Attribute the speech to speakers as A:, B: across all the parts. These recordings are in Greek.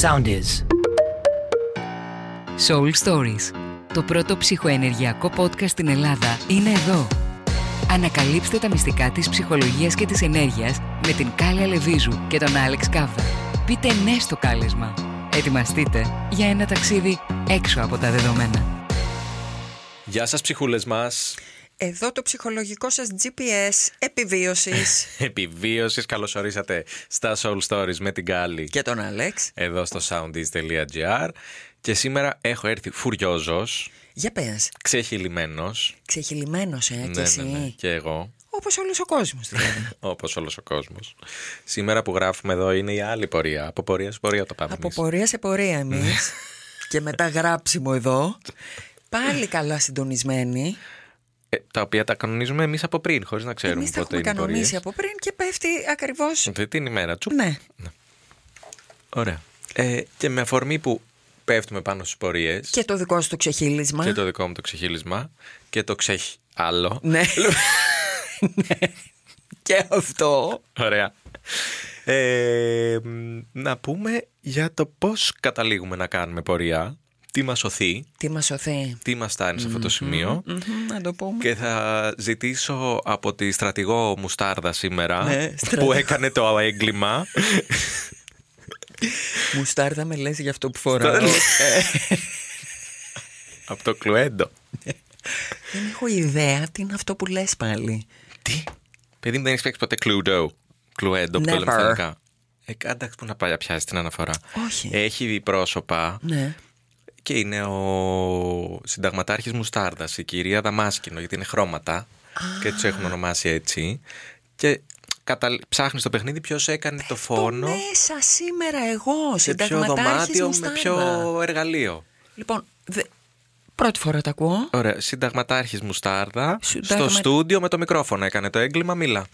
A: sound is.
B: Soul Stories. Το πρώτο ψυχοενεργειακό podcast στην Ελλάδα είναι εδώ. Ανακαλύψτε τα μυστικά της ψυχολογίας και της ενέργειας με την Κάλια Λεβίζου και τον Άλεξ Κάβδα. Πείτε ναι στο κάλεσμα. Ετοιμαστείτε για ένα ταξίδι έξω από τα δεδομένα.
C: Γεια σας ψυχούλες μας.
D: Εδώ το ψυχολογικό σας GPS επιβίωσης
C: Επιβίωσης, καλώς ορίσατε στα Soul Stories με την Κάλλη.
D: και τον Αλέξ.
C: Εδώ στο soundis.gr και σήμερα έχω έρθει φουριόζος,
D: Για πες,
C: ξεχυλημένος,
D: ξεχυλημένος ε,
C: Ναι,
D: και εσύ.
C: και εγώ,
D: Όπως όλος ο κόσμος δηλαδή.
C: όπως όλος ο κόσμος. Σήμερα που γράφουμε εδώ είναι η άλλη πορεία, από πορεία σε πορεία το πάμε
D: Από
C: εμείς. Ναι.
D: πορεία σε πορεία εμείς και μετά γράψιμο εδώ. Πάλι καλά συντονισμένοι.
C: Ε, τα οποία τα κανονίζουμε εμείς από πριν, χωρίς να ξέρουμε
D: Εμείς τα
C: πότε
D: έχουμε
C: είναι
D: κανονίσει
C: πορείες.
D: από πριν και πέφτει ακριβώς...
C: Αυτή την ημέρα, τσουπ.
D: ναι,
C: Ωραία. Ε, και με αφορμή που πέφτουμε πάνω στις πορείες,
D: και το δικό σου το ξεχύλισμα.
C: Και το δικό μου το ξεχύλισμα. Και το ξεχ. Άλλο.
D: Ναι. Ναι. και αυτό.
C: Ωραία. Ε, μ, να πούμε για το πώς καταλήγουμε να κάνουμε πορεία. Τι μας σωθεί.
D: Τι μας σωθεί.
C: Τι μας φτάνει σε αυτό το σημειο
D: Μμμ, Να το πούμε.
C: Και θα ζητήσω από τη στρατηγό Μουστάρδα σήμερα
D: Ναι,
C: που
D: στρατηγό.
C: έκανε το έγκλημα.
D: Μουστάρδα με λες για αυτό που φοράω. Ε.
C: από το κλουέντο.
D: Δεν έχω ιδέα τι είναι αυτό που λες πάλι.
C: Τι. Παιδί μου δεν έχεις παίξει ποτέ κλουντό. Κλουέντο που το λέμε στα
D: Never.
C: ελληνικά. Ε, εντάξει, πού να πάει να πιάσει την αναφορά.
D: Όχι.
C: Έχει δει πρόσωπα
D: Ε, Ναι.
C: Και είναι ο συνταγματάρχης Μουστάρδας, η κυρία Δαμάσκινο, γιατί είναι χρώματα και τους έχουν ονομάσει έτσι. Και κατα... ψάχνεις το παιχνίδι ποιος έκανε το φόνο
D: Το μέσα σήμερα εγώ,
C: σε ποιο
D: συνταγματάρχης
C: δωμάτιο, με
D: Μουστάρδα.
C: ποιο εργαλείο.
D: Λοιπόν, δε- πρώτη φορά τα ακούω.
C: Ωραία, συνταγματάρχης Μουστάρδα, στο
D: Συντάγμα-
C: στούντιο με το μικρόφωνο έκανε το έγκλημα, μίλα.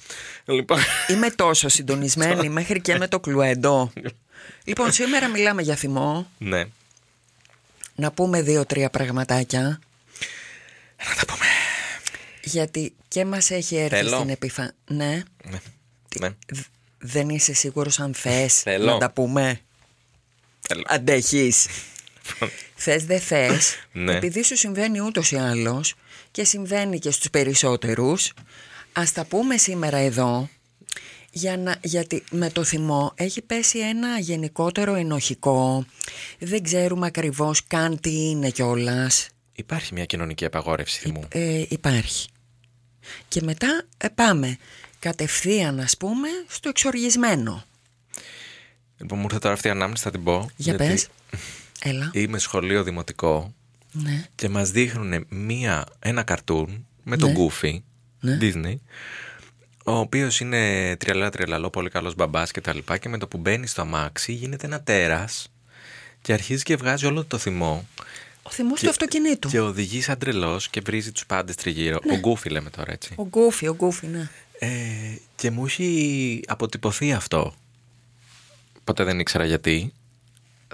C: Λοιπόν,
D: Είμαι τόσο συντονισμένη μέχρι και με το κλουέντο. λοιπόν, σήμερα μιλάμε για θυμό.
C: ναι,
D: Να πούμε δύο-τρία πραγματάκια.
C: να τα πούμε.
D: Γιατί και μας έχει έρθει
C: Θέλω.
D: στην επιφάνεια. Ναι.
C: Ναι, ναι.
D: Δ- Δεν είσαι σίγουρος αν θες
C: Θέλω.
D: να τα πούμε.
C: Θέλω.
D: Αντέχεις. θες δεν θες.
C: Ναι.
D: Επειδή σου συμβαίνει ούτως ή άλλως και συμβαίνει και στους περισσότερους, ας τα πούμε σήμερα εδώ, για να, γιατί με το θυμό έχει πέσει ένα γενικότερο ενοχικό. Δεν ξέρουμε ακριβώς καν τι είναι κιόλας.
C: Υπάρχει μια κοινωνική απαγόρευση θυμού.
D: Ε, υπάρχει. Και μετά ε, πάμε κατευθείαν, ας πούμε, στο εξοργισμένο.
C: Λοιπόν, μου ήρθε τώρα αυτή η ανάμνηση, θα την πω.
D: Για
C: γιατί
D: πες. Έλα.
C: Είμαι σχολείο δημοτικό
D: Ναι.
C: και μας δείχνουν μία, ένα καρτούν με τον
D: Ναι.
C: Goofy,
D: Ναι.
C: Disney, ο οποίος είναι τριαλά τριαλαλό, πολύ καλός μπαμπάς και τα λοιπά και με το που μπαίνει στο αμάξι γίνεται ένα τέρας και αρχίζει και βγάζει όλο το θυμό
D: Ο θυμός του αυτοκινήτου. Ναι.
C: και οδηγεί σαν τρελός και βρίζει τους πάντες τριγύρω. Ο Goofy λέμε τώρα έτσι.
D: Ο Γκούφι, ο Γκούφι, ναι.
C: Ε, και μου έχει αποτυπωθεί αυτό. Ποτέ δεν ήξερα γιατί.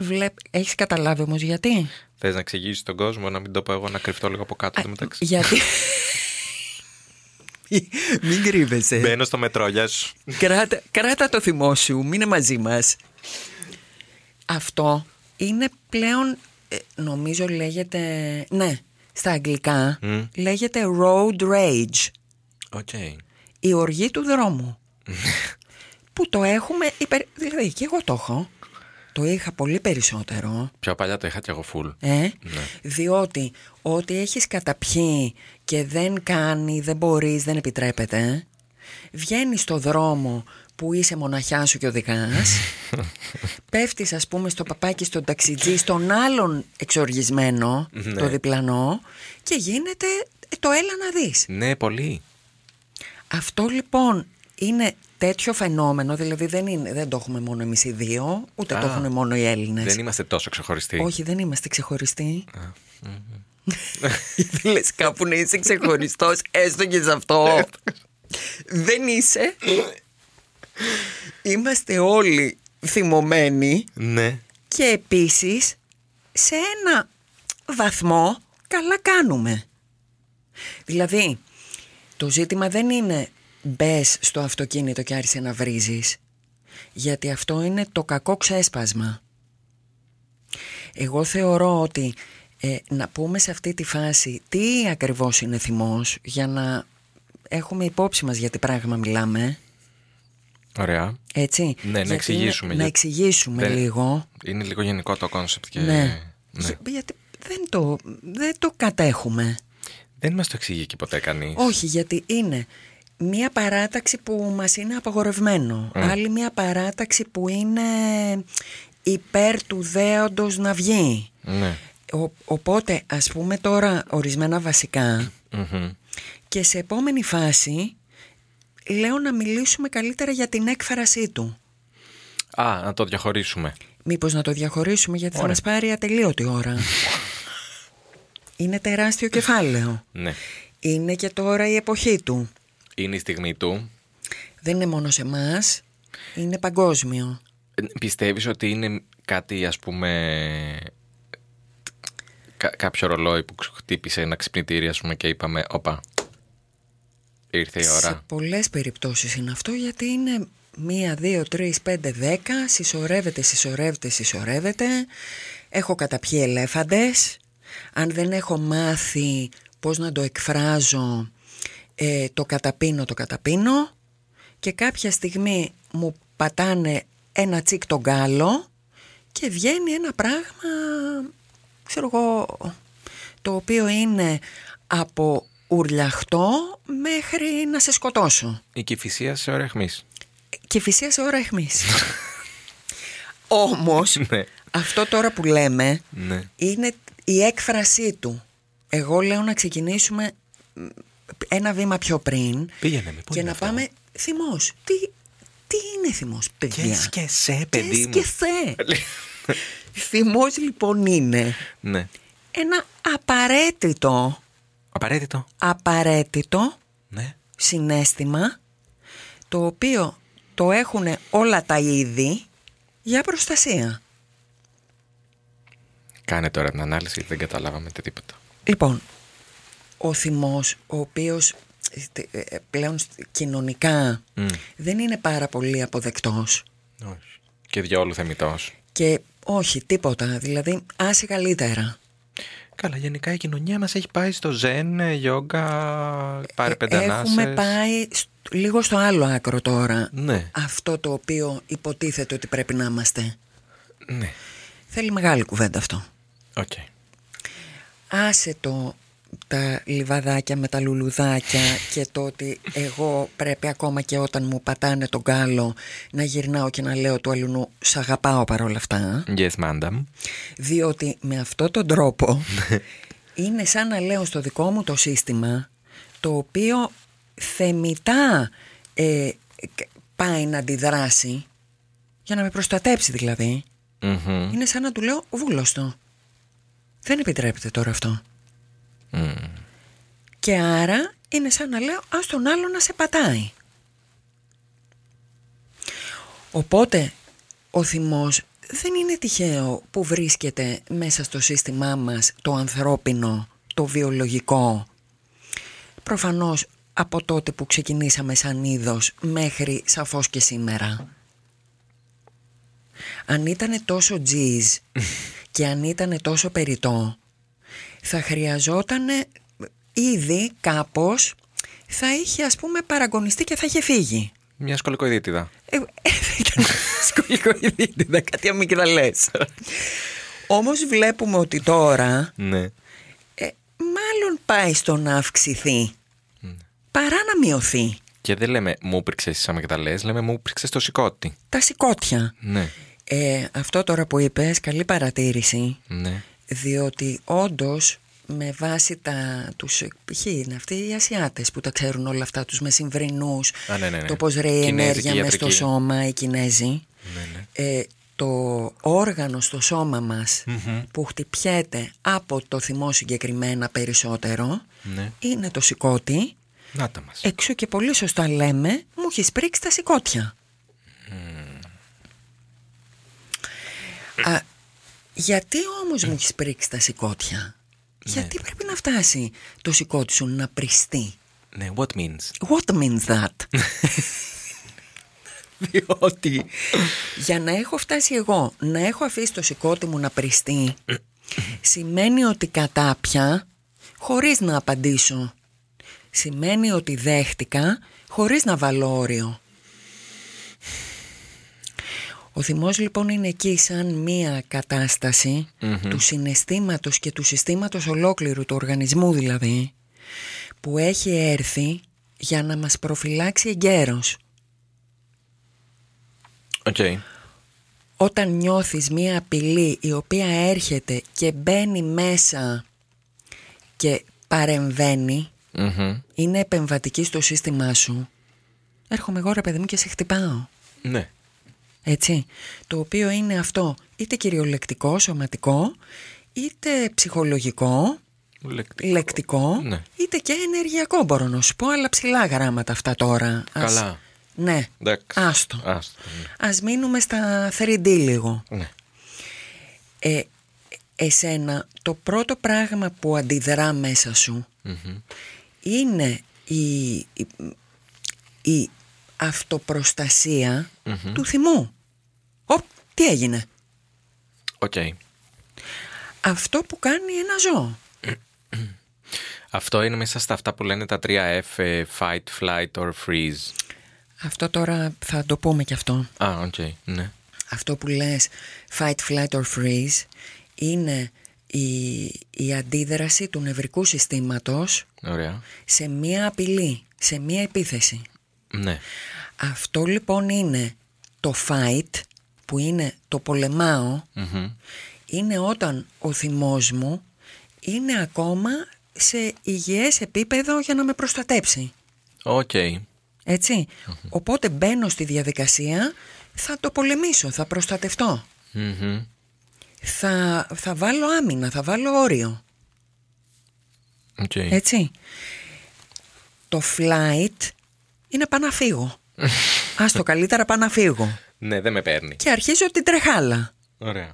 D: Βλέπ... Έχεις καταλάβει όμως γιατί.
C: Θες να εξηγήσεις τον κόσμο, να μην το πω εγώ να κρυφτώ λίγο από κάτω. εν τω μεταξύ.
D: γιατί... Μην κρύβεσαι.
C: Μπαίνω στο μετρό, γεια σου.
D: κράτα, κράτα το θυμό σου, μείνε μαζί μας. Αυτό είναι πλέον, ε, νομίζω λέγεται, ναι, στα αγγλικά
C: Μμ.
D: λέγεται road rage,
C: Οκ.
D: η οργή του δρόμου. που το έχουμε, υπερ... δηλαδή και εγώ το έχω, το είχα πολύ περισσότερο.
C: Πιο παλιά το είχα και εγώ full.
D: Ε? Διότι ό,τι έχεις καταπιεί και δεν κάνει, δεν μπορείς, δεν επιτρέπεται, ε, βγαίνεις στο δρόμο που είσαι μοναχιά σου και οδηγάς, πέφτεις ας πούμε στο παπάκι, στον ταξιτζή, στον άλλον εξοργισμένο, το διπλανό και γίνεται ε, το έλα να δεις.
C: Ναι, πολύ.
D: Αυτό λοιπόν είναι τέτοιο φαινόμενο, δηλαδή δεν, είναι, δεν το έχουμε μόνο εμείς οι δύο, ούτε το
C: Α,
D: έχουν μόνο οι Έλληνες.
C: Δεν είμαστε τόσο ξεχωριστοί.
D: Ναι. Όχι, δεν είμαστε ξεχωριστοί. Γιατί λες κάπου να είσαι ξεχωριστός, έστω και σε αυτό.
C: Ναι.
D: δεν είσαι. είμαστε όλοι θυμωμένοι
C: Ναι.
D: και επίσης σε ένα βαθμό καλά κάνουμε. Δηλαδή, το ζήτημα δεν είναι μπες στο αυτοκίνητο και άρχισε να βρίζεις. Γιατί αυτό είναι το κακό ξέσπασμα. Εγώ θεωρώ ότι ε, να πούμε σε αυτή τη φάση τι ακριβώς είναι θυμός για να έχουμε υπόψη μας για τι πράγμα μιλάμε.
C: Ωραία.
D: Έτσι.
C: Ναι, να
D: Γιατί
C: εξηγήσουμε,
D: είναι-
C: γιατί-
D: Να εξηγήσουμε
C: Δεν-
D: λίγο.
C: Είναι λίγο γενικό το κόνσεπτ και.
D: Ναι.
C: Ναι.
D: Σε- Γιατί δεν το, δεν το κατέχουμε.
C: Δεν μας το εξηγεί και ποτέ κανείς.
D: Όχι, γιατί είναι μία παράταξη που μας είναι απαγορευμένο. Άλλη μία παράταξη που είναι υπέρ του δέοντος να βγει.
C: Ναι.
D: Ο- οπότε, ας πούμε τώρα ορισμένα βασικά
C: Μμμ.
D: και σε επόμενη φάση λέω να μιλήσουμε καλύτερα για την έκφρασή του.
C: Α, να το διαχωρίσουμε.
D: Μήπως να το διαχωρίσουμε γιατί θα μας πάρει ατελείωτη ώρα. είναι τεράστιο κεφάλαιο.
C: Ναι.
D: Είναι και τώρα η εποχή του.
C: Είναι η στιγμή του.
D: Δεν είναι μόνο σε εμάς, είναι παγκόσμιο.
C: Ε, Πιστεύεις ότι είναι κάτι ας πούμε κα- κάποιο ρολόι που χτύπησε ένα ξυπνητήρι ας πούμε και είπαμε όπα ήρθε η
D: Σε
C: ώρα.
D: πολλές περιπτώσεις είναι αυτό γιατί είναι μία, δύο, τρεις, πέντε, δέκα. Συσσωρεύεται, συσσωρεύεται, συσσωρεύεται. Έχω καταπιεί ελέφαντες. Αν δεν έχω μάθει πώς να το εκφράζω, ε, το καταπίνω, το καταπίνω. Και κάποια στιγμή μου πατάνε ένα τσίκ τον γάλο και βγαίνει ένα πράγμα, ξέρω εγώ, το οποίο είναι από ουρλιαχτό μέχρι να σε σκοτώσω.
C: Η κυφυσία σε ώρα αιχμής.
D: Και φυσία σε ώρα αιχμής. Όμως,
C: Ναι.
D: αυτό τώρα που λέμε
C: Ναι.
D: είναι η έκφρασή του. Εγώ λέω να ξεκινήσουμε μ, ένα βήμα πιο πριν
C: Πήγαινε με, πού
D: και
C: είναι
D: να
C: αυτό?
D: πάμε θυμός. Τι, τι είναι θυμός, παιδιά.
C: σε
D: Κες και σε. θυμός λοιπόν είναι
C: ναι.
D: ένα απαραίτητο,
C: Απαραίτητο.
D: απαραίτητο
C: Ναι.
D: συνέστημα το οποίο το έχουν όλα τα είδη για προστασία.
C: Κάνε τώρα την ανάλυση γιατί δεν καταλάβαμε τίποτα.
D: Λοιπόν, ο θυμός ο οποίος ε, ε, πλέον σ- κοινωνικά
C: Μμ.
D: δεν είναι πάρα πολύ αποδεκτός
C: Όχι. Και διόλου θεμητός.
D: και όχι τίποτα, δηλαδή άσε καλύτερα.
C: Καλά, γενικά η κοινωνία μας έχει πάει στο ζεν, γιόγκα, πάρε πεντανάσες.
D: Ε, Έχουμε πάει σ- λίγο στο άλλο άκρο τώρα.
C: Ναι.
D: Αυτό το οποίο υποτίθεται ότι πρέπει να είμαστε.
C: Ναι.
D: Θέλει μεγάλη κουβέντα αυτό.
C: Οκ.
D: άσε το τα λιβαδάκια με τα λουλουδάκια και το ότι εγώ πρέπει ακόμα και όταν μου πατάνε τον κάλο να γυρνάω και να λέω του αλουνού σ' αγαπάω παρόλα αυτά
C: Yes, madam.
D: διότι με αυτόν τον τρόπο είναι σαν να λέω στο δικό μου το σύστημα το οποίο θεμητά ε, κ- πάει να αντιδράσει για να με προστατέψει δηλαδή
C: Μμμ.
D: είναι σαν να του λέω βούλωστο δεν επιτρέπεται τώρα αυτό
C: Μμμ.
D: Και άρα είναι σαν να λέω ας τον άλλο να σε πατάει. Οπότε ο θυμός δεν είναι τυχαίο που βρίσκεται μέσα στο σύστημά μας το ανθρώπινο, το βιολογικό. Προφανώς από τότε που ξεκινήσαμε σαν είδος μέχρι σαφώς και σήμερα. Αν ήταν τόσο τζιζ και αν ήταν τόσο περιτό, θα χρειαζόταν ήδη κάπως θα είχε ας πούμε παραγωνιστεί και θα είχε φύγει.
C: Μια σκολικοειδίτιδα.
D: Ε, ε, θα ήταν σκολικοειδίτιδα, κάτι αμυγδαλές. Όμως βλέπουμε ότι τώρα
C: Ναι.
D: ε, μάλλον πάει στο να αυξηθεί παρά να μειωθεί
C: Και δεν λέμε μου πρίξε εσύ σαν μεγδαλές, λέμε μου πρίξε το σηκώτη.
D: τα σηκώτια.
C: Ναι.
D: Ε, αυτό τώρα που είπες, καλή παρατήρηση.
C: Ναι.
D: διότι όντως με βάση τα, τους π.χ. είναι αυτοί οι Ασιάτες που τα ξέρουν όλα αυτά, τους μεσημβρινούς,
C: Α, ναι, ναι, ναι.
D: το πώς ρέει η
C: Κινέζικη
D: ενέργεια μέσα στο
C: ιατρική.
D: σώμα, οι Κινέζοι,
C: Ναι, ναι.
D: ε, το όργανο στο σώμα μας που χτυπιέται από το θυμό συγκεκριμένα περισσότερο
C: Ναι. Ε,
D: είναι το σηκώτη,
C: Να τα μας.
D: εξού και πολύ σωστά λέμε, μου έχεις πρίξει τα σηκώτια. Α, γιατί όμως μου έχεις πρίξει τα σηκώτια. Γιατί πρέπει να φτάσει το σηκώτη σου να πριστεί.
C: Ναι, what means.
D: What means that. διότι για να έχω φτάσει εγώ να έχω αφήσει το σηκώτη μου να πριστεί σημαίνει ότι κατάπια χωρίς να απαντήσω. Σημαίνει ότι δέχτηκα χωρίς να βάλω όριο. Ο θυμός λοιπόν είναι εκεί σαν μία κατάσταση του συναισθήματος και του συστήματος ολόκληρου, του οργανισμού δηλαδή, που έχει έρθει για να μας προφυλάξει εγκαίρως.
C: Οκ.
D: Όταν νιώθεις μία απειλή η οποία έρχεται και μπαίνει μέσα και παρεμβαίνει,
C: Μμμ.
D: είναι επεμβατική στο σύστημά σου, έρχομαι εγώ ρε παιδί μου και σε χτυπάω.
C: Ναι.
D: Έτσι. Το οποίο είναι αυτό είτε κυριολεκτικό, σωματικό, είτε ψυχολογικό,
C: Λεκτικό.
D: λεκτικό,
C: Ναι.
D: είτε και ενεργειακό μπορώ να σου πω, αλλά ψηλά γράμματα αυτά τώρα. Ας-
C: Καλά.
D: Ναι.
C: Εντάξει.
D: Άστο.
C: Άστο.
D: Ας μείνουμε στα 3D λίγο.
C: Ναι. Ναι.
D: Ε, εσένα, το πρώτο πράγμα που αντιδρά μέσα σου
C: Μμμ.
D: είναι η, η, η αυτοπροστασια του θυμού. Ω, τι έγινε.
C: Οκ.
D: Αυτό που κάνει ένα ζώο.
C: Αυτό είναι μέσα στα αυτά που λένε τα τρία F, ε, fight, flight or freeze.
D: Αυτό τώρα θα το πούμε και αυτό.
C: Α, οκ. Ναι.
D: Αυτό που λες fight, flight or freeze είναι η, η αντίδραση του νευρικού συστήματος
C: Ωραία.
D: σε μία απειλή, σε μία επίθεση.
C: Ναι.
D: Αυτό λοιπόν είναι το fight που είναι το πολεμάω
C: Μμμ.
D: είναι όταν ο θυμός μου είναι ακόμα σε υγιές επίπεδο για να με προστατέψει.
C: Οκ.
D: Έτσι. Οπότε μπαίνω στη διαδικασία, θα το πολεμήσω, θα προστατευτώ.
C: Μμμ.
D: Θα, θα βάλω άμυνα, θα βάλω όριο.
C: Οκ.
D: Έτσι. Το flight είναι πάνω να φύγω. Ας το καλύτερα πάνω να φύγω.
C: Ναι, δεν με παίρνει.
D: Και αρχίζω την τρεχάλα.
C: Ωραία.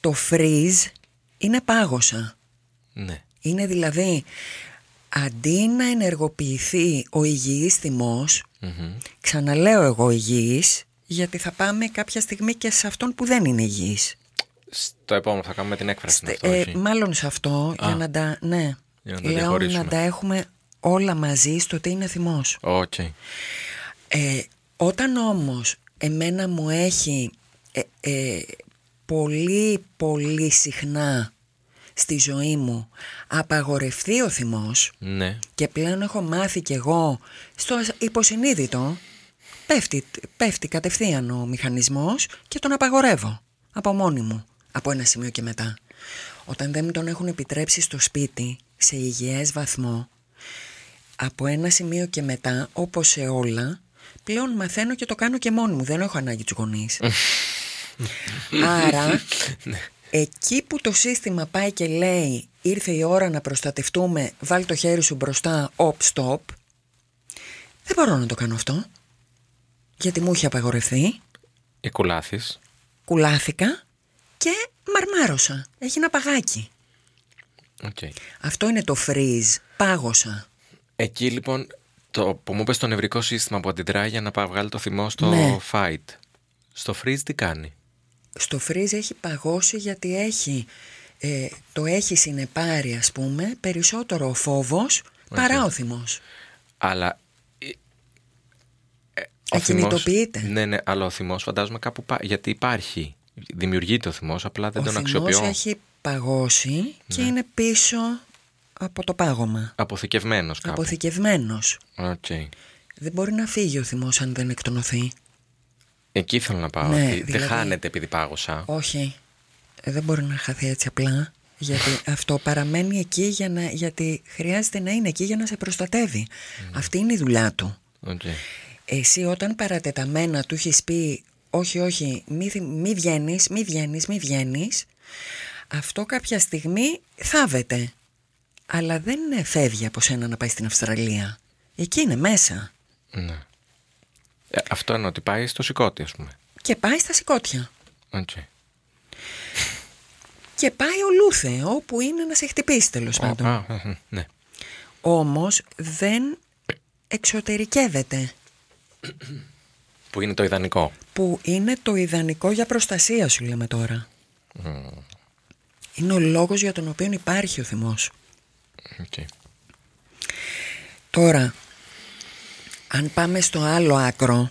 D: Το freeze είναι πάγωσα.
C: Ναι.
D: Είναι δηλαδή αντί να ενεργοποιηθεί ο υγιής θυμός,
C: Μμμ.
D: ξαναλέω εγώ υγιής, γιατί θα πάμε κάποια στιγμή και σε αυτόν που δεν είναι υγιής.
C: Στο επόμενο θα κάνουμε την έκφραση. είναι
D: Στε-
C: αυτό,
D: ε,
C: όχι.
D: μάλλον σε αυτό, για να τα, ναι,
C: Για να τα
D: λέω να
C: διαχωρίσουμε.
D: τα έχουμε όλα μαζί στο τι είναι θυμός.
C: Οκ.
D: Ε, όταν όμως εμένα μου έχει ε, ε, πολύ πολύ συχνά στη ζωή μου απαγορευτεί ο θυμός
C: Ναι.
D: και πλέον έχω μάθει κι εγώ στο υποσυνείδητο πέφτει, πέφτει κατευθείαν ο μηχανισμός και τον απαγορεύω από μόνη μου από ένα σημείο και μετά. Όταν δεν μου τον έχουν επιτρέψει στο σπίτι σε υγιές βαθμό από ένα σημείο και μετά όπως σε όλα πλέον μαθαίνω και το κάνω και μόνη μου δεν έχω ανάγκη τους γονείς. Άρα εκεί που το σύστημα πάει και λέει ήρθε η ώρα να προστατευτούμε βάλ το χέρι σου μπροστά op stop δεν μπορώ να το κάνω αυτό γιατί μου είχε απαγορευτεί
C: Η κουλάθης.
D: κουλάθηκα και μαρμάρωσα έγινε παγάκι
C: Οκ.
D: αυτό είναι το freeze πάγωσα
C: Εκεί λοιπόν το που μου είπε το νευρικό σύστημα που αντιδράει για να πα- βγάλει το θυμό στο
D: Ναι.
C: fight. Στο freeze τι κάνει.
D: στο φρίζ έχει παγώσει γιατί έχει, ε, το έχει συνεπάρει ας πούμε περισσότερο ο φόβος παρά ο θυμός.
C: Αλλά. ε, ε, ο
D: Ακινητοποιείται.
C: θυμός- ναι, ναι, αλλά ο θυμός φαντάζομαι κάπου. πά- Γιατί υπάρχει. Δημιουργείται ο θυμός, απλά δεν
D: ο
C: τον
D: θυμός
C: αξιοποιώ. Ναι.
D: έχει παγώσει και είναι πίσω από το πάγωμα.
C: Αποθηκευμένος κάπου.
D: Αποθηκευμένος.
C: Οκ.
D: Δεν μπορεί να φύγει ο θυμός αν δεν εκτονωθεί.
C: Εκεί θέλω να πάω.
D: Ναι,
C: ότι Δεν
D: δηλαδή-
C: χάνεται επειδή πάγωσα.
D: Όχι. Ε, Δεν μπορεί να χαθεί έτσι απλά. Γιατί αυτό παραμένει εκεί για να, γιατί χρειάζεται να είναι εκεί για να σε προστατεύει.
C: Ναι.
D: Αυτή είναι η δουλειά του.
C: Οκ.
D: Εσύ όταν παρατεταμένα του έχεις πει όχι, όχι, μη, θυ- μη βγαίνεις, μη βγαίνεις, μη βγαίνεις, αυτό κάποια στιγμή θάβεται. Αλλά δεν ε, φεύγει από σένα να πάει στην Αυστραλία. Εκεί είναι μέσα.
C: Ναι. Ε, αυτό εννοώ ότι πάει στο σηκώτη, ας πούμε.
D: Και πάει στα σηκώτια.
C: Οκ.
D: Και πάει ολούθε, όπου είναι να σε χτυπήσει τέλος
C: Ο-
D: πάντων.
C: α, μμμ, ναι.
D: Όμως δεν εξωτερικεύεται.
C: Που είναι το ιδανικό.
D: που είναι το ιδανικό για προστασία σου λέμε τώρα. Είναι ο λόγος για τον οποίο υπάρχει ο θυμός.
C: Okay.
D: Τώρα, αν πάμε στο άλλο άκρο,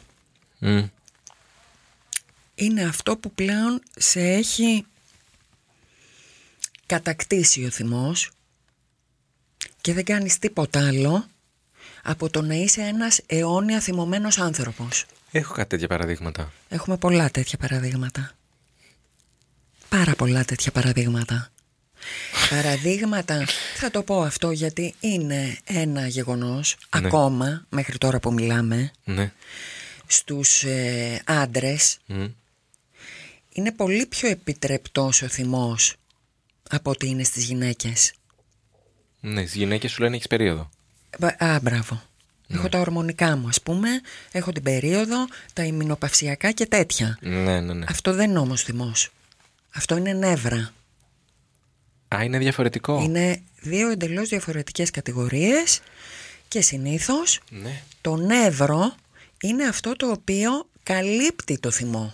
C: Mm.
D: είναι αυτό που πλέον σε έχει κατακτήσει ο θυμός και δεν κάνεις τίποτα άλλο από το να είσαι ένας αιώνια θυμωμένος άνθρωπος.
C: Έχω κάτι τέτοια παραδείγματα.
D: Έχουμε πολλά τέτοια παραδείγματα. Πάρα πολλά τέτοια παραδείγματα. Παραδείγματα, θα το πω αυτό γιατί είναι ένα γεγονός
C: Ναι.
D: ακόμα μέχρι τώρα που μιλάμε
C: Ναι.
D: στους ε, άντρες
C: Mm.
D: είναι πολύ πιο επιτρεπτός ο θυμός από ότι είναι στις γυναίκες.
C: Ναι, στις γυναίκες σου λένε έχεις περίοδο.
D: Μπα- Α, μπράβο. Έχω τα ορμονικά μου, ας πούμε, έχω την περίοδο, τα ημινοπαυσιακά και τέτοια.
C: Ναι, ναι, ναι.
D: Αυτό δεν είναι όμως θυμός. Αυτό είναι νεύρα.
C: Α, είναι διαφορετικό.
D: Είναι δύο εντελώς διαφορετικές κατηγορίες και συνήθως
C: Ναι.
D: το νεύρο είναι αυτό το οποίο καλύπτει το θυμό.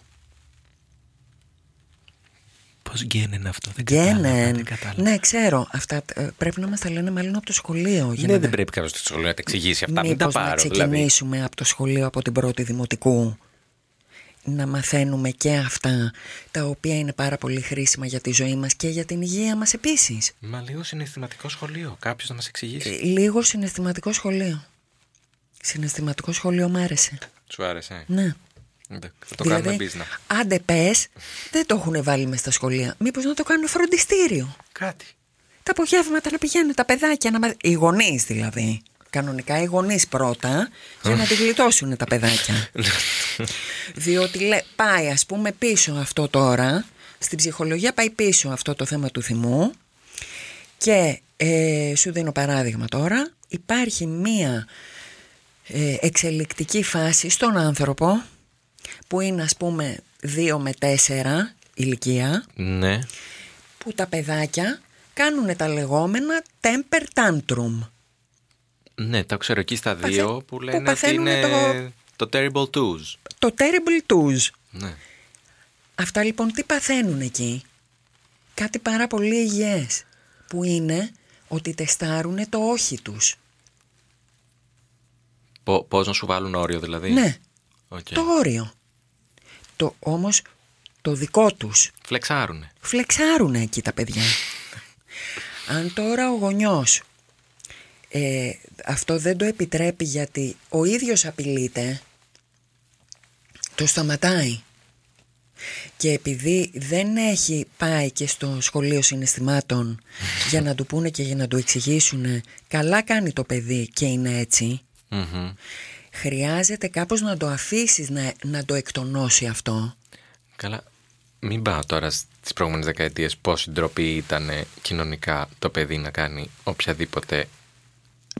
C: Πώ γκένεν αυτό, δεν
D: Γκένεν.
C: Δεν κατάλαβα.
D: Ναι, ξέρω. Αυτά ε, πρέπει να μας τα λένε μάλλον από το σχολείο. για
C: Ναι,
D: να
C: δεν
D: τα-
C: πρέπει κάποιος στο σχολείο να τα εξηγήσει αυτά. Μην τα
D: Μήπως να
C: πάρω. Δηλαδή.
D: ξεκινήσουμε από το σχολείο από την πρώτη δημοτικού. Να μαθαίνουμε και αυτά τα οποία είναι πάρα πολύ χρήσιμα για τη ζωή μας και για την υγεία μας επίσης.
C: Μα λίγο συναισθηματικό σχολείο. Κάποιος να μας εξηγήσει.
D: Ε, Λίγο συναισθηματικό σχολείο. Συναισθηματικό σχολείο μ' άρεσε.
C: Σου άρεσε. ε?
D: Ναι.
C: Εντάξει, Θα το
D: Δηλαδή?
C: κάνουμε business.
D: Άντε πες, δεν το έχουν βάλει μες στα σχολεία. Μήπως να το κάνουν φροντιστήριο.
C: Κάτι.
D: Τα απογεύματα να πηγαίνουν τα παιδάκια να μαθαίνουν. Οι γονείς δηλαδή. Κανονικά οι γονείς πρώτα για να τη γλιτώσουν τα παιδάκια. Διότι λέ, πάει ας πούμε πίσω αυτό τώρα, στην ψυχολογία πάει πίσω αυτό το θέμα του θυμού και ε, σου δίνω παράδειγμα τώρα, υπάρχει μία ε, εξελικτική φάση στον άνθρωπο που είναι ας πούμε 2 με 4 ηλικία
C: ναι.
D: που τα παιδάκια κάνουν τα λεγόμενα temper tantrum.
C: Ναι, τα ξέρω εκεί στα
D: Παθε-
C: δύο
D: που
C: που λένε ότι
D: παθαίνουν
C: είναι το... terrible twos.
D: Το terrible twos.
C: Ναι.
D: Αυτά λοιπόν τι παθαίνουν εκεί. Κάτι πάρα πολύ υγιές που είναι ότι τεστάρουν το όχι τους.
C: Πώς να σου βάλουν όριο δηλαδή.
D: Ναι,
C: Οκ.
D: το όριο. Το όμως το δικό τους.
C: Φλεξάρουνε.
D: Φλεξάρουν εκεί τα παιδιά. Αν τώρα ο γονιός ε, αυτό δεν το επιτρέπει γιατί ο ίδιος απειλείται, το σταματάει. Και επειδή δεν έχει πάει και στο σχολείο συναισθημάτων για να του πούνε και για να του εξηγήσουν καλά κάνει το παιδί και είναι έτσι,
C: Μμμ.
D: χρειάζεται κάπως να το αφήσεις να, να το εκτονώσει αυτό.
C: Καλά. Μην πάω τώρα στις προηγούμενες δεκαετίες πόση ντροπή ήταν ε, κοινωνικά το παιδί να κάνει οποιαδήποτε.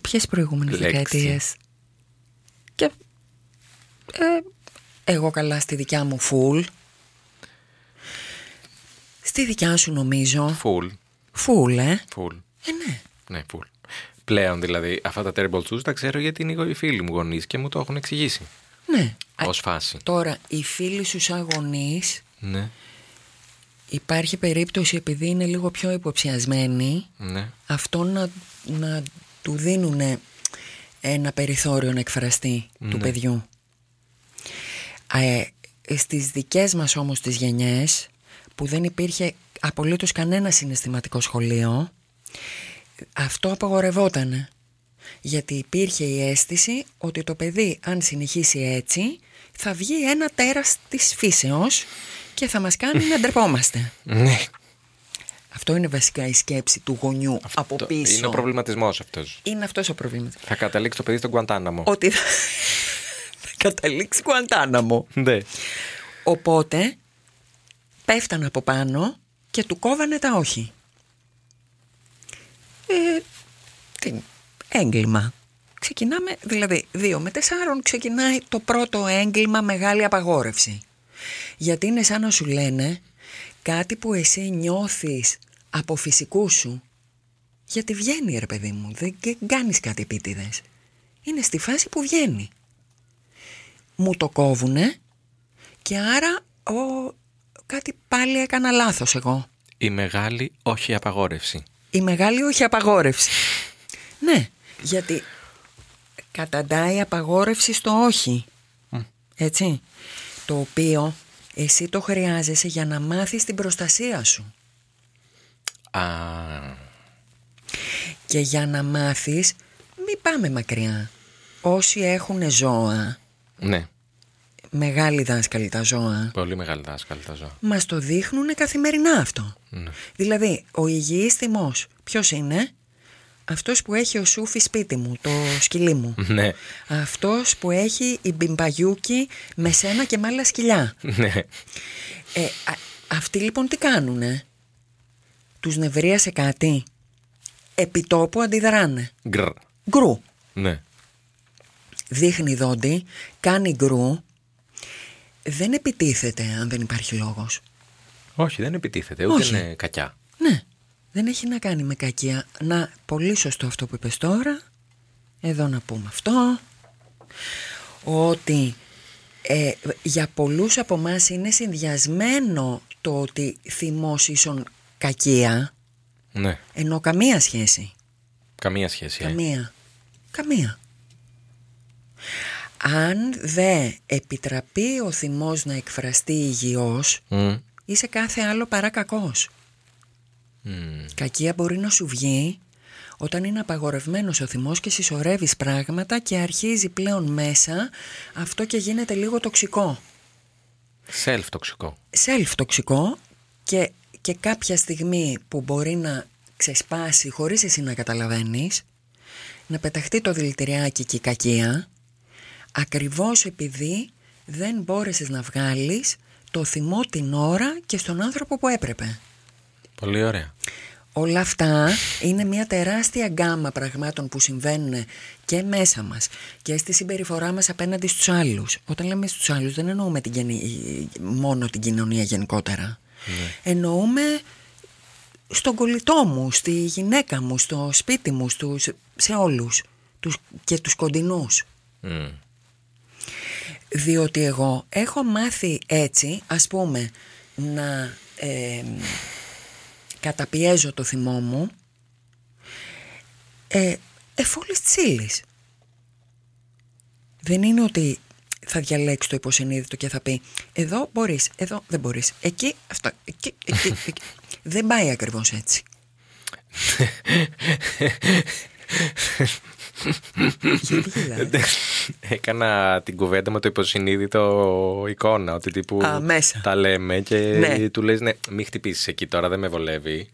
D: Ποιες προηγούμενες
C: Λέξη.
D: δεκαετίες. Και ε, εγώ καλά στη δικιά μου φουλ. Στη δικιά σου νομίζω.
C: Full.
D: Φουλ, ε.
C: Full.
D: Ε, ναι.
C: Ναι, full. Πλέον δηλαδή αυτά τα terrible twos τα ξέρω γιατί είναι οι φίλοι μου γονείς και μου το έχουν εξηγήσει.
D: Ναι. Α,
C: Ως φάση.
D: Τώρα, οι φίλοι σου σαν γονείς,
C: Ναι.
D: υπάρχει περίπτωση επειδή είναι λίγο πιο υποψιασμένοι,
C: Ναι.
D: αυτό να, να του δίνουν ένα περιθώριο να εκφραστεί
C: Ναι.
D: του παιδιού. Α, Ε, στις δικές μας όμως τις γενιές που δεν υπήρχε απολύτως κανένα συναισθηματικό σχολείο αυτό απαγορευότανε. Γιατί υπήρχε η αίσθηση ότι το παιδί αν συνεχίσει έτσι θα βγει ένα τέρας της φύσεως και θα μας κάνει να ντρεπόμαστε.
C: Ναι.
D: Αυτό είναι βασικά η σκέψη του γονιού από
C: Το-
D: πίσω.
C: Είναι ο προβληματισμός αυτός.
D: Είναι αυτός ο προβλήματος.
C: Θα καταλήξει το παιδί στον Κουαντάναμο.
D: Ότι θα, θα καταλήξει Κουαντάναμο.
C: Ναι.
D: Οπότε πέφταν από πάνω και του κόβανε τα όχι. Ε, τι, έγκλημα. Ξεκινάμε, δηλαδή 2 με 4 ξεκινάει το πρώτο έγκλημα μεγάλη απαγόρευση. Γιατί είναι σαν να σου λένε κάτι που εσύ νιώθεις από φυσικούς σου γιατί βγαίνει ρε παιδί μου, δεν κάνεις κάτι επίτηδες. Είναι στη φάση που βγαίνει. μου το κόβουνε και άρα ο, κάτι πάλι έκανα λάθος εγώ.
C: Η μεγάλη όχι απαγόρευση.
D: Η μεγάλη όχι απαγόρευση. Ναι, γιατί καταντάει απαγόρευση στο όχι. Έτσι. Το οποίο εσύ το χρειάζεσαι για να μάθεις την προστασία σου.
C: Α,
D: Και για να μάθεις, μην πάμε μακριά. Όσοι έχουν ζώα,
C: ναι.
D: μεγάλοι δάσκαλοι τα ζώα,
C: Πολύ μεγάλη δάσκαλη τα ζώα.
D: μας το δείχνουν καθημερινά αυτό.
C: Ναι.
D: Δηλαδή, ο υγιής θυμός ποιος είναι? Αυτός που έχει ο Σούφι σπίτι μου, το σκυλί μου.
C: ναι.
D: Αυτός που έχει η μπιμπαγιούκι με σένα και με άλλα σκυλιά.
C: Ναι.
D: Ε, α- αυτοί λοιπόν τι κάνουνε. Τους νευρίασε κάτι. Επιτόπου αντιδράνε.
C: Γκρ.
D: Γκρου.
C: Ναι.
D: Δείχνει δόντι, κάνει γκρου. Δεν επιτίθεται αν δεν υπάρχει λόγος.
C: Όχι, δεν επιτίθεται, ούτε
D: Όχι.
C: είναι κακιά.
D: Ναι, δεν έχει να κάνει με κακία. Να, πολύ σωστό αυτό που είπες τώρα. Εδώ να πούμε αυτό. Ότι ε, για πολλούς από εμάς είναι συνδυασμένο το ότι θυμός ίσον κακία,
C: Ναι.
D: ενώ καμία σχέση.
C: Καμία σχέση. ε.
D: Καμία. Καμία. Αν δε επιτραπεί ο θυμός να εκφραστεί υγιώς,
C: Μμ.
D: είσαι κάθε άλλο παρά κακός.
C: Μμ.
D: Κακία μπορεί να σου βγει όταν είναι απαγορευμένος ο θυμός και συσσωρεύεις πράγματα και αρχίζει πλέον μέσα αυτό και γίνεται λίγο τοξικό.
C: Self τοξικό.
D: Self τοξικό και, και κάποια στιγμή που μπορεί να ξεσπάσει χωρίς εσύ να καταλαβαίνεις, να πεταχτεί το δηλητηριάκι και η κακία, ακριβώς επειδή δεν μπόρεσες να βγάλεις το θυμό την ώρα και στον άνθρωπο που έπρεπε.
C: Πολύ ωραία.
D: Όλα αυτά είναι μια τεράστια γκάμα πραγμάτων που συμβαίνουν και μέσα μας και στη συμπεριφορά μας απέναντι στους άλλους. Όταν λέμε στους άλλους δεν εννοούμε την γενι- μόνο την κοινωνία γενικότερα. Εννοούμε στον κολλητό μου, στη γυναίκα μου, στο σπίτι μου, στους, σε όλους τους, και τους κοντινούς.
C: Μμ.
D: Διότι εγώ έχω μάθει έτσι, ας πούμε, να ε, καταπιέζω το θυμό μου ε, εφόλης της ύλης. Δεν είναι ότι θα διαλέξει το υποσυνείδητο και θα πει εδώ μπορείς, εδώ δεν μπορείς, εκεί, αυτό, εκεί, εκεί, εκεί. δεν πάει ακριβώς έτσι. Γιατί γελάς?
C: Δεν- Έκανα την κουβέντα με το υποσυνείδητο εικόνα. Ότι τύπου
D: Α, μέσα.
C: τα λέμε και
D: Ναι.
C: του λες ναι, μην χτυπήσεις εκεί τώρα, δεν με βολεύει.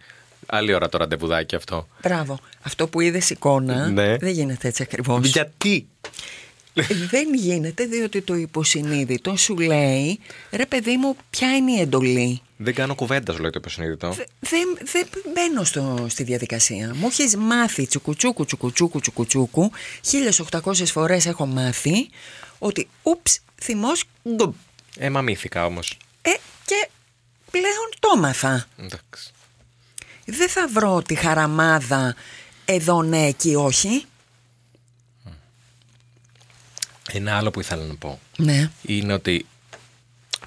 C: Άλλη ώρα το ραντεβουδάκι αυτό.
D: Μπράβο. Αυτό που είδες εικόνα
C: Ναι.
D: δεν γίνεται έτσι ακριβώς.
C: Γιατί.
D: Δεν γίνεται διότι το υποσυνείδητο σου λέει ρε παιδί μου ποια είναι η εντολή.
C: Δεν κάνω κουβέντας, σου λέει το υποσυνείδητο.
D: Δε- Δεν δεν μπαίνω στο, στη διαδικασία. Μου έχεις μάθει τσουκουτσούκου, τσουκουτσούκου, τσουκουτσούκου. 1800 φορές έχω μάθει ότι ούψ, θυμός, γκουμ.
C: Ε, μαμήθηκα όμως.
D: Ε, και πλέον το μάθα.
C: Εντάξει.
D: Δεν θα βρω τη χαραμάδα εδώ ναι, εκεί όχι.
C: Ένα άλλο που ήθελα να πω
D: Ναι.
C: είναι ότι.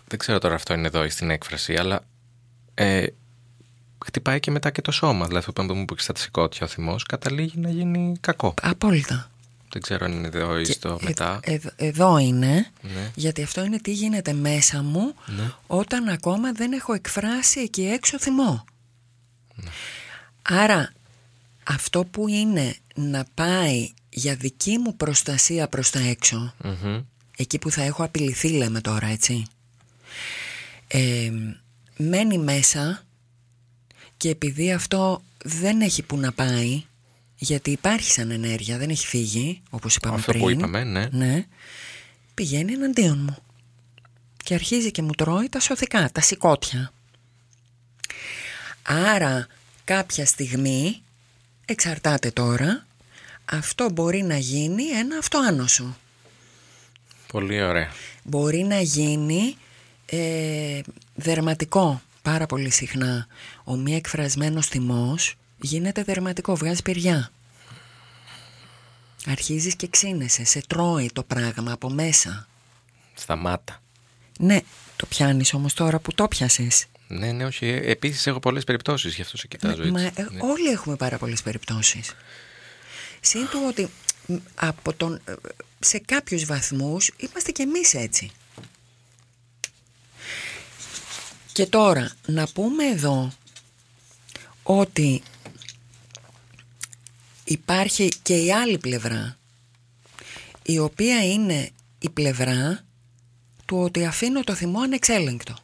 C: Δεν ξέρω τώρα αυτό είναι εδώ ή στην έκφραση, αλλά. Ε, χτυπάει και μετά και το σώμα. Δηλαδή, όταν μου πει στατιστικότια ο θυμός, καταλήγει να γίνει κακό.
D: Απόλυτα.
C: Δεν ξέρω αν είναι εδώ ή
D: Και
C: στο
D: ε-
C: μετά.
D: εδ- εδώ είναι,
C: Ναι.
D: γιατί αυτό είναι τι γίνεται μέσα μου όταν ακόμα δεν έχω εκφράσει εκεί έξω θυμό.
C: Ναι.
D: Άρα, αυτό που είναι να πάει για δική μου προστασία προς τα έξω,
C: Μμμ.
D: εκεί που θα έχω απειληθεί λέμε τώρα, έτσι, ε, μένει μέσα και επειδή αυτό δεν έχει που να πάει, γιατί υπάρχει σαν ενέργεια, δεν έχει φύγει, όπως είπαμε
C: Αυτό
D: πριν.
C: που είπαμε, ναι.
D: Ναι. Πηγαίνει εναντίον μου. Και αρχίζει και μου τρώει τα σωθικά, τα σηκώτια. Άρα κάποια στιγμή, εξαρτάται τώρα, αυτό μπορεί να γίνει ένα αυτοάνωσο.
C: Πολύ ωραία.
D: Μπορεί να γίνει ε, δερματικό πάρα πολύ συχνά. Ο μη εκφρασμένος θυμός γίνεται δερματικό, βγάζει πυριά. Αρχίζεις και ξύνεσαι, σε τρώει το πράγμα από μέσα.
C: Σταμάτα.
D: Ναι, το πιάνεις όμως τώρα που το πιασε.
C: Ναι, ναι, όχι. Επίσης έχω πολλές περιπτώσεις, γι' αυτό σε κοιτάζω.
D: Μα
C: έτσι.
D: ε,
C: Ναι.
D: όλοι έχουμε πάρα πολλές περιπτώσεις. Συν του ότι μ, από τον, ε, σε κάποιους βαθμούς είμαστε κι εμείς έτσι. Και τώρα να πούμε εδώ ότι υπάρχει και η άλλη πλευρά η οποία είναι η πλευρά του ότι αφήνω το θυμό ανεξέλεγκτο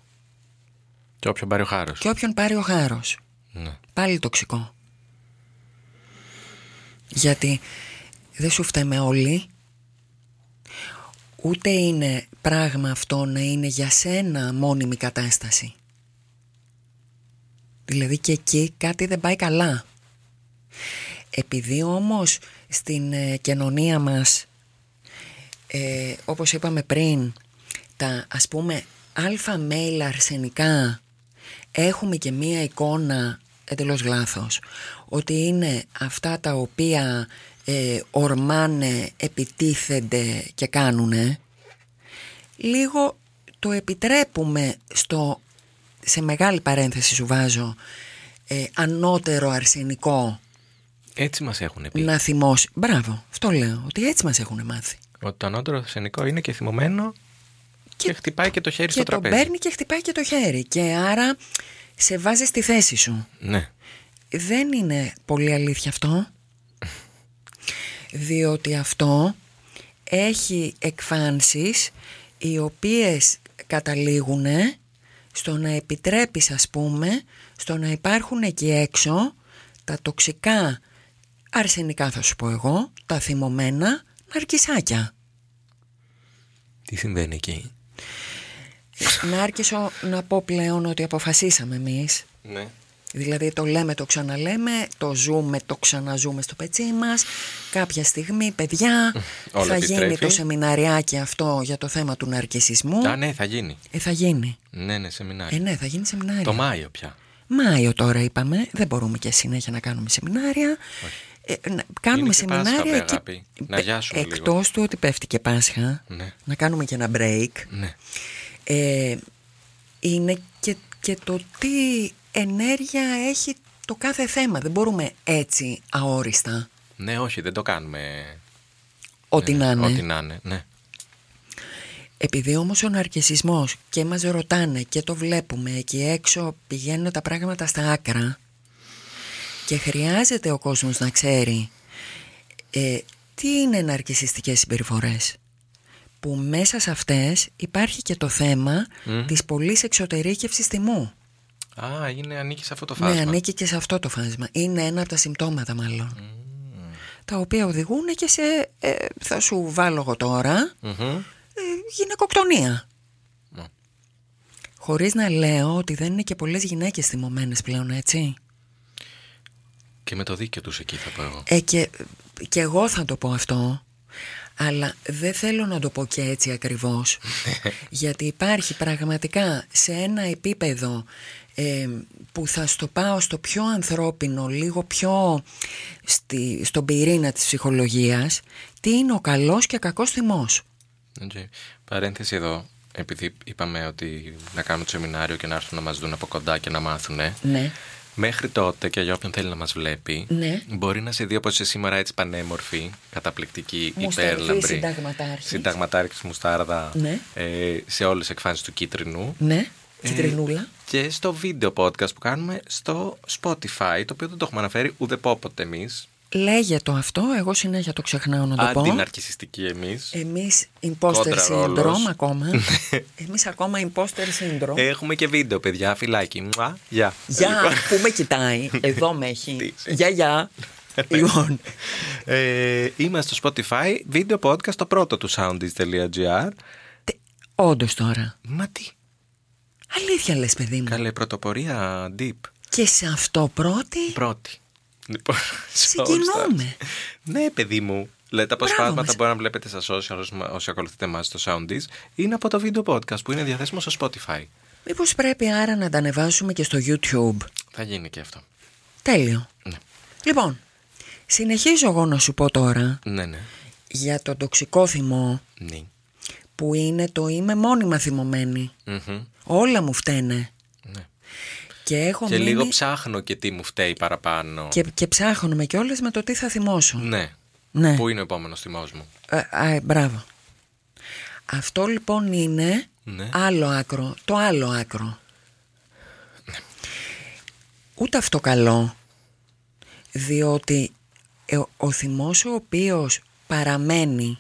C: Και όποιον πάρει ο χάρος.
D: και όποιον πάρει ο χάρος.
C: Ναι.
D: Πάλι τοξικό. Γιατί δεν σου φταίμε όλοι. Ούτε είναι πράγμα αυτό να είναι για σένα μόνιμη κατάσταση. Δηλαδή και εκεί κάτι δεν πάει καλά. Επειδή όμως στην ε, κοινωνία μας, ε, όπως είπαμε πριν, τα ας πούμε αλφα μέιλ αρσενικά έχουμε και μία εικόνα εντελώς λάθος ότι είναι αυτά τα οποία ε, ορμάνε, επιτίθενται και κάνουνε λίγο το επιτρέπουμε στο, σε μεγάλη παρένθεση σου βάζω, ε, ανώτερο αρσενικό
C: Έτσι μας έχουν πει.
D: να θυμώσει. Μπράβο, αυτό λέω, ότι έτσι μας έχουν μάθει.
C: Ότι το ανώτερο αρσενικό είναι και θυμωμένο και, χτυπάει και το χέρι
D: και
C: στο
D: τον
C: τραπέζι.
D: παίρνει και χτυπάει και το χέρι και άρα σε βάζει στη θέση σου.
C: Ναι.
D: Δεν είναι πολύ αλήθεια αυτό. Διότι αυτό έχει εκφάνσεις οι οποίες καταλήγουν στο να επιτρέπεις ας πούμε στο να υπάρχουν εκεί έξω τα τοξικά αρσενικά θα σου πω εγώ τα θυμωμένα ναρκισάκια.
C: Τι συμβαίνει εκεί.
D: να άρχισω να πω πλέον ότι αποφασίσαμε εμείς
C: Ναι.
D: Δηλαδή το λέμε, το ξαναλέμε, το ζούμε, το ξαναζούμε στο πετσί μας. Κάποια στιγμή, παιδιά,
C: Όλα
D: θα γίνει
C: επιστρέφει.
D: το σεμιναριάκι αυτό για το θέμα του ναρκισισμού.
C: Α, ναι, θα γίνει.
D: Ε, θα γίνει.
C: Ναι, ναι, σεμινάριο.
D: Ε, ναι, θα γίνει σεμινάριο.
C: Το Μάιο πια.
D: Μάιο τώρα είπαμε, δεν μπορούμε και συνέχεια να κάνουμε σεμινάρια. Ε, να κάνουμε
C: Είναι και Πάσχα,
D: σεμινάρια
C: βρε, αγάπη. Να γιάσουμε λίγο.
D: Εκτός του ότι πέφτει και Πάσχα,
C: Ναι.
D: να κάνουμε και ένα break.
C: Ναι.
D: ε, είναι και, και το τι ενέργεια έχει το κάθε θέμα. Δεν μπορούμε έτσι αόριστα,
C: Ναι, όχι, δεν το κάνουμε. Ε,
D: ό,τι να είναι.
C: Ό,τι να είναι, ναι.
D: Επειδή όμως ο ναρκισισμός και μας ρωτάνε και το βλέπουμε εκεί έξω πηγαίνουν τα πράγματα στα άκρα και χρειάζεται ο κόσμος να ξέρει ε, τι είναι ναρκισιστικές συμπεριφορές που μέσα σε αυτές υπάρχει και το θέμα
C: Μμμ.
D: της πολλής εξωτερήκευσης τιμού.
C: Α, είναι, ανήκει σε αυτό το φάσμα.
D: Ναι, ανήκει και σε αυτό το φάσμα. Είναι ένα από τα συμπτώματα, μάλλον.
C: Mm.
D: Τα οποία οδηγούν και σε. ε, θα σου βάλω εγώ τώρα.
C: Μμμ.
D: Ε, γυναικοκτονία.
C: Μα.
D: Χωρίς να λέω ότι δεν είναι και πολλές γυναίκες θυμωμένες πλέον, έτσι.
C: Και με το δίκιο τους εκεί θα πω εγώ.
D: Ε, και, και εγώ θα το πω αυτό. Αλλά δεν θέλω να το πω και έτσι ακριβώς. γιατί υπάρχει πραγματικά σε ένα επίπεδο ε, που θα στο πάω στο πιο ανθρώπινο, λίγο πιο στη, στον πυρήνα της ψυχολογίας, τι είναι ο καλός και κακός θυμός. Ε.
C: Okay. Παρένθεση εδώ, επειδή είπαμε ότι να κάνουμε το σεμινάριο και να έρθουν να μας δουν από κοντά και να μάθουνε.
D: Ναι.
C: Μέχρι τότε και για όποιον θέλει να μας βλέπει,
D: Ναι.
C: μπορεί να σε δει όπως είσαι σήμερα έτσι πανέμορφη, καταπληκτική,
D: Μουσταρδή,
C: υπέρλαμπρη.
D: συνταγματάρχης.
C: Συνταγματάρχης Μουστάρδα
D: Ναι.
C: ε, σε όλες τις εκφάνσεις του κίτρινου.
D: Ναι.
C: Ε,
D: Κιτρινούλα.
C: Και στο βίντεο podcast που κάνουμε στο Spotify, το οποίο δεν το έχουμε αναφέρει ουδεπόποτε εμείς.
D: Λέγε το αυτό, εγώ συνέχεια το ξεχνάω να το πω. Ε,
C: Αντιναρκισιστικοί εμείς.
D: Εμείς imposter
C: Κόντρα
D: syndrome
C: ρόλος. Ε,
D: ακόμα. Εμείς ακόμα imposter syndrome.
C: Έχουμε και βίντεο, παιδιά. Φυλάκι. Μουα, γεια.
D: Γεια,
C: Λοιπόν,
D: πού με κοιτάει, εδώ με έχει.
C: Τι.
D: Γεια, γεια. Λοιπόν,
C: ε, είμαστε στο Spotify, βίντεο podcast, το πρώτο του soundis.gr.
D: όντως τώρα.
C: Μα τι.
D: Αλήθεια λες παιδί μου.
C: Καλέ πρωτοπορία deep.
D: Και σε αυτό πρώτη.
C: Πρώτη. Λοιπόν, σε
D: Συγκινούμε.
C: All Stars. Ναι, παιδί μου. Λέτε τα
D: Μπράβο
C: αποσπάσματα
D: μας.
C: που μπορεί να βλέπετε στα social όσοι μα- όσοι ακολουθείτε εμά στο Soundies είναι από το βίντεο podcast που είναι διαθέσιμο στο Spotify.
D: Μήπως πρέπει άρα να τα ανεβάσουμε και στο YouTube.
C: Θα γίνει και αυτό.
D: Τέλειο.
C: Ναι.
D: Λοιπόν, συνεχίζω εγώ να σου πω τώρα
C: Ναι, ναι.
D: για τον τοξικό θυμό
C: ναι.
D: που είναι το είμαι μόνιμα θυμωμένη.
C: Μμμ.
D: Όλα μου φταίνε.
C: Ναι.
D: Και έχω
C: Και
D: μείνει
C: λίγο ψάχνω και τι μου φταίει παραπάνω.
D: και, και ψάχνουμε κιόλας με το τι θα θυμώσω.
C: Ναι.
D: Ναι.
C: Πού είναι ο επόμενος θυμός μου.
D: Ε, α, ε, μπράβο. Αυτό λοιπόν είναι
C: Ναι.
D: άλλο άκρο, το άλλο άκρο. Ούτε αυτό καλό, διότι ε, ο- ο θυμός ο οποίος παραμένει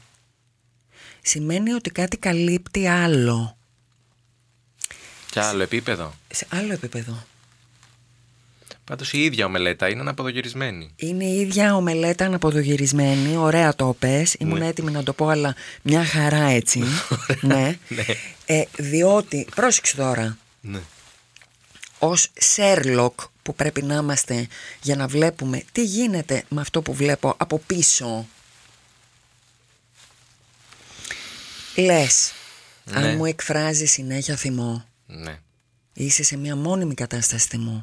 D: σημαίνει ότι κάτι καλύπτει άλλο,
C: Και άλλο επίπεδο.
D: σε άλλο επίπεδο.
C: Πάντως η ίδια ομελέτα είναι αναποδογυρισμένη.
D: Είναι η ίδια ομελέτα αναποδογυρισμένη. Ωραία το πες. Ήμουν
C: Ναι.
D: έτοιμη να το πω, αλλά μια χαρά έτσι. ναι.
C: Ναι.
D: Ε, διότι, πρόσεξε τώρα,
C: Ναι.
D: ως Σέρλοκ που πρέπει να είμαστε για να βλέπουμε τι γίνεται με αυτό που βλέπω από πίσω. Λες,
C: Ναι.
D: αν μου εκφράζει συνέχεια θυμό,
C: Ναι.
D: είσαι σε μια μόνιμη κατάσταση θυμού.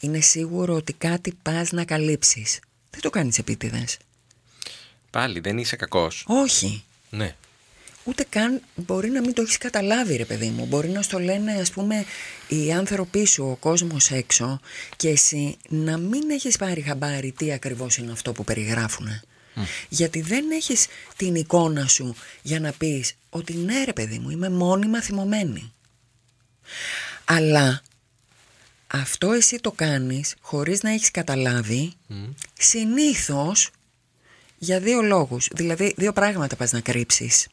D: Είναι σίγουρο ότι κάτι πας να καλύψεις. Δεν το κάνεις επίτηδες.
C: Πάλι δεν είσαι κακός.
D: Όχι.
C: Ναι.
D: Ούτε καν μπορεί να μην το έχεις καταλάβει ρε παιδί μου. Μπορεί να στο λένε ας πούμε οι άνθρωποι σου, ο κόσμος έξω και εσύ να μην έχεις πάρει χαμπάρι τι ακριβώς είναι αυτό που περιγράφουν. Γιατί δεν έχεις την εικόνα σου για να πεις ότι ναι ρε παιδί μου είμαι μόνιμα θυμωμένη. Αλλά αυτό εσύ το κάνεις χωρίς να έχεις καταλάβει συνήθως για δύο λόγους. Δηλαδή δύο πράγματα πας να κρύψεις.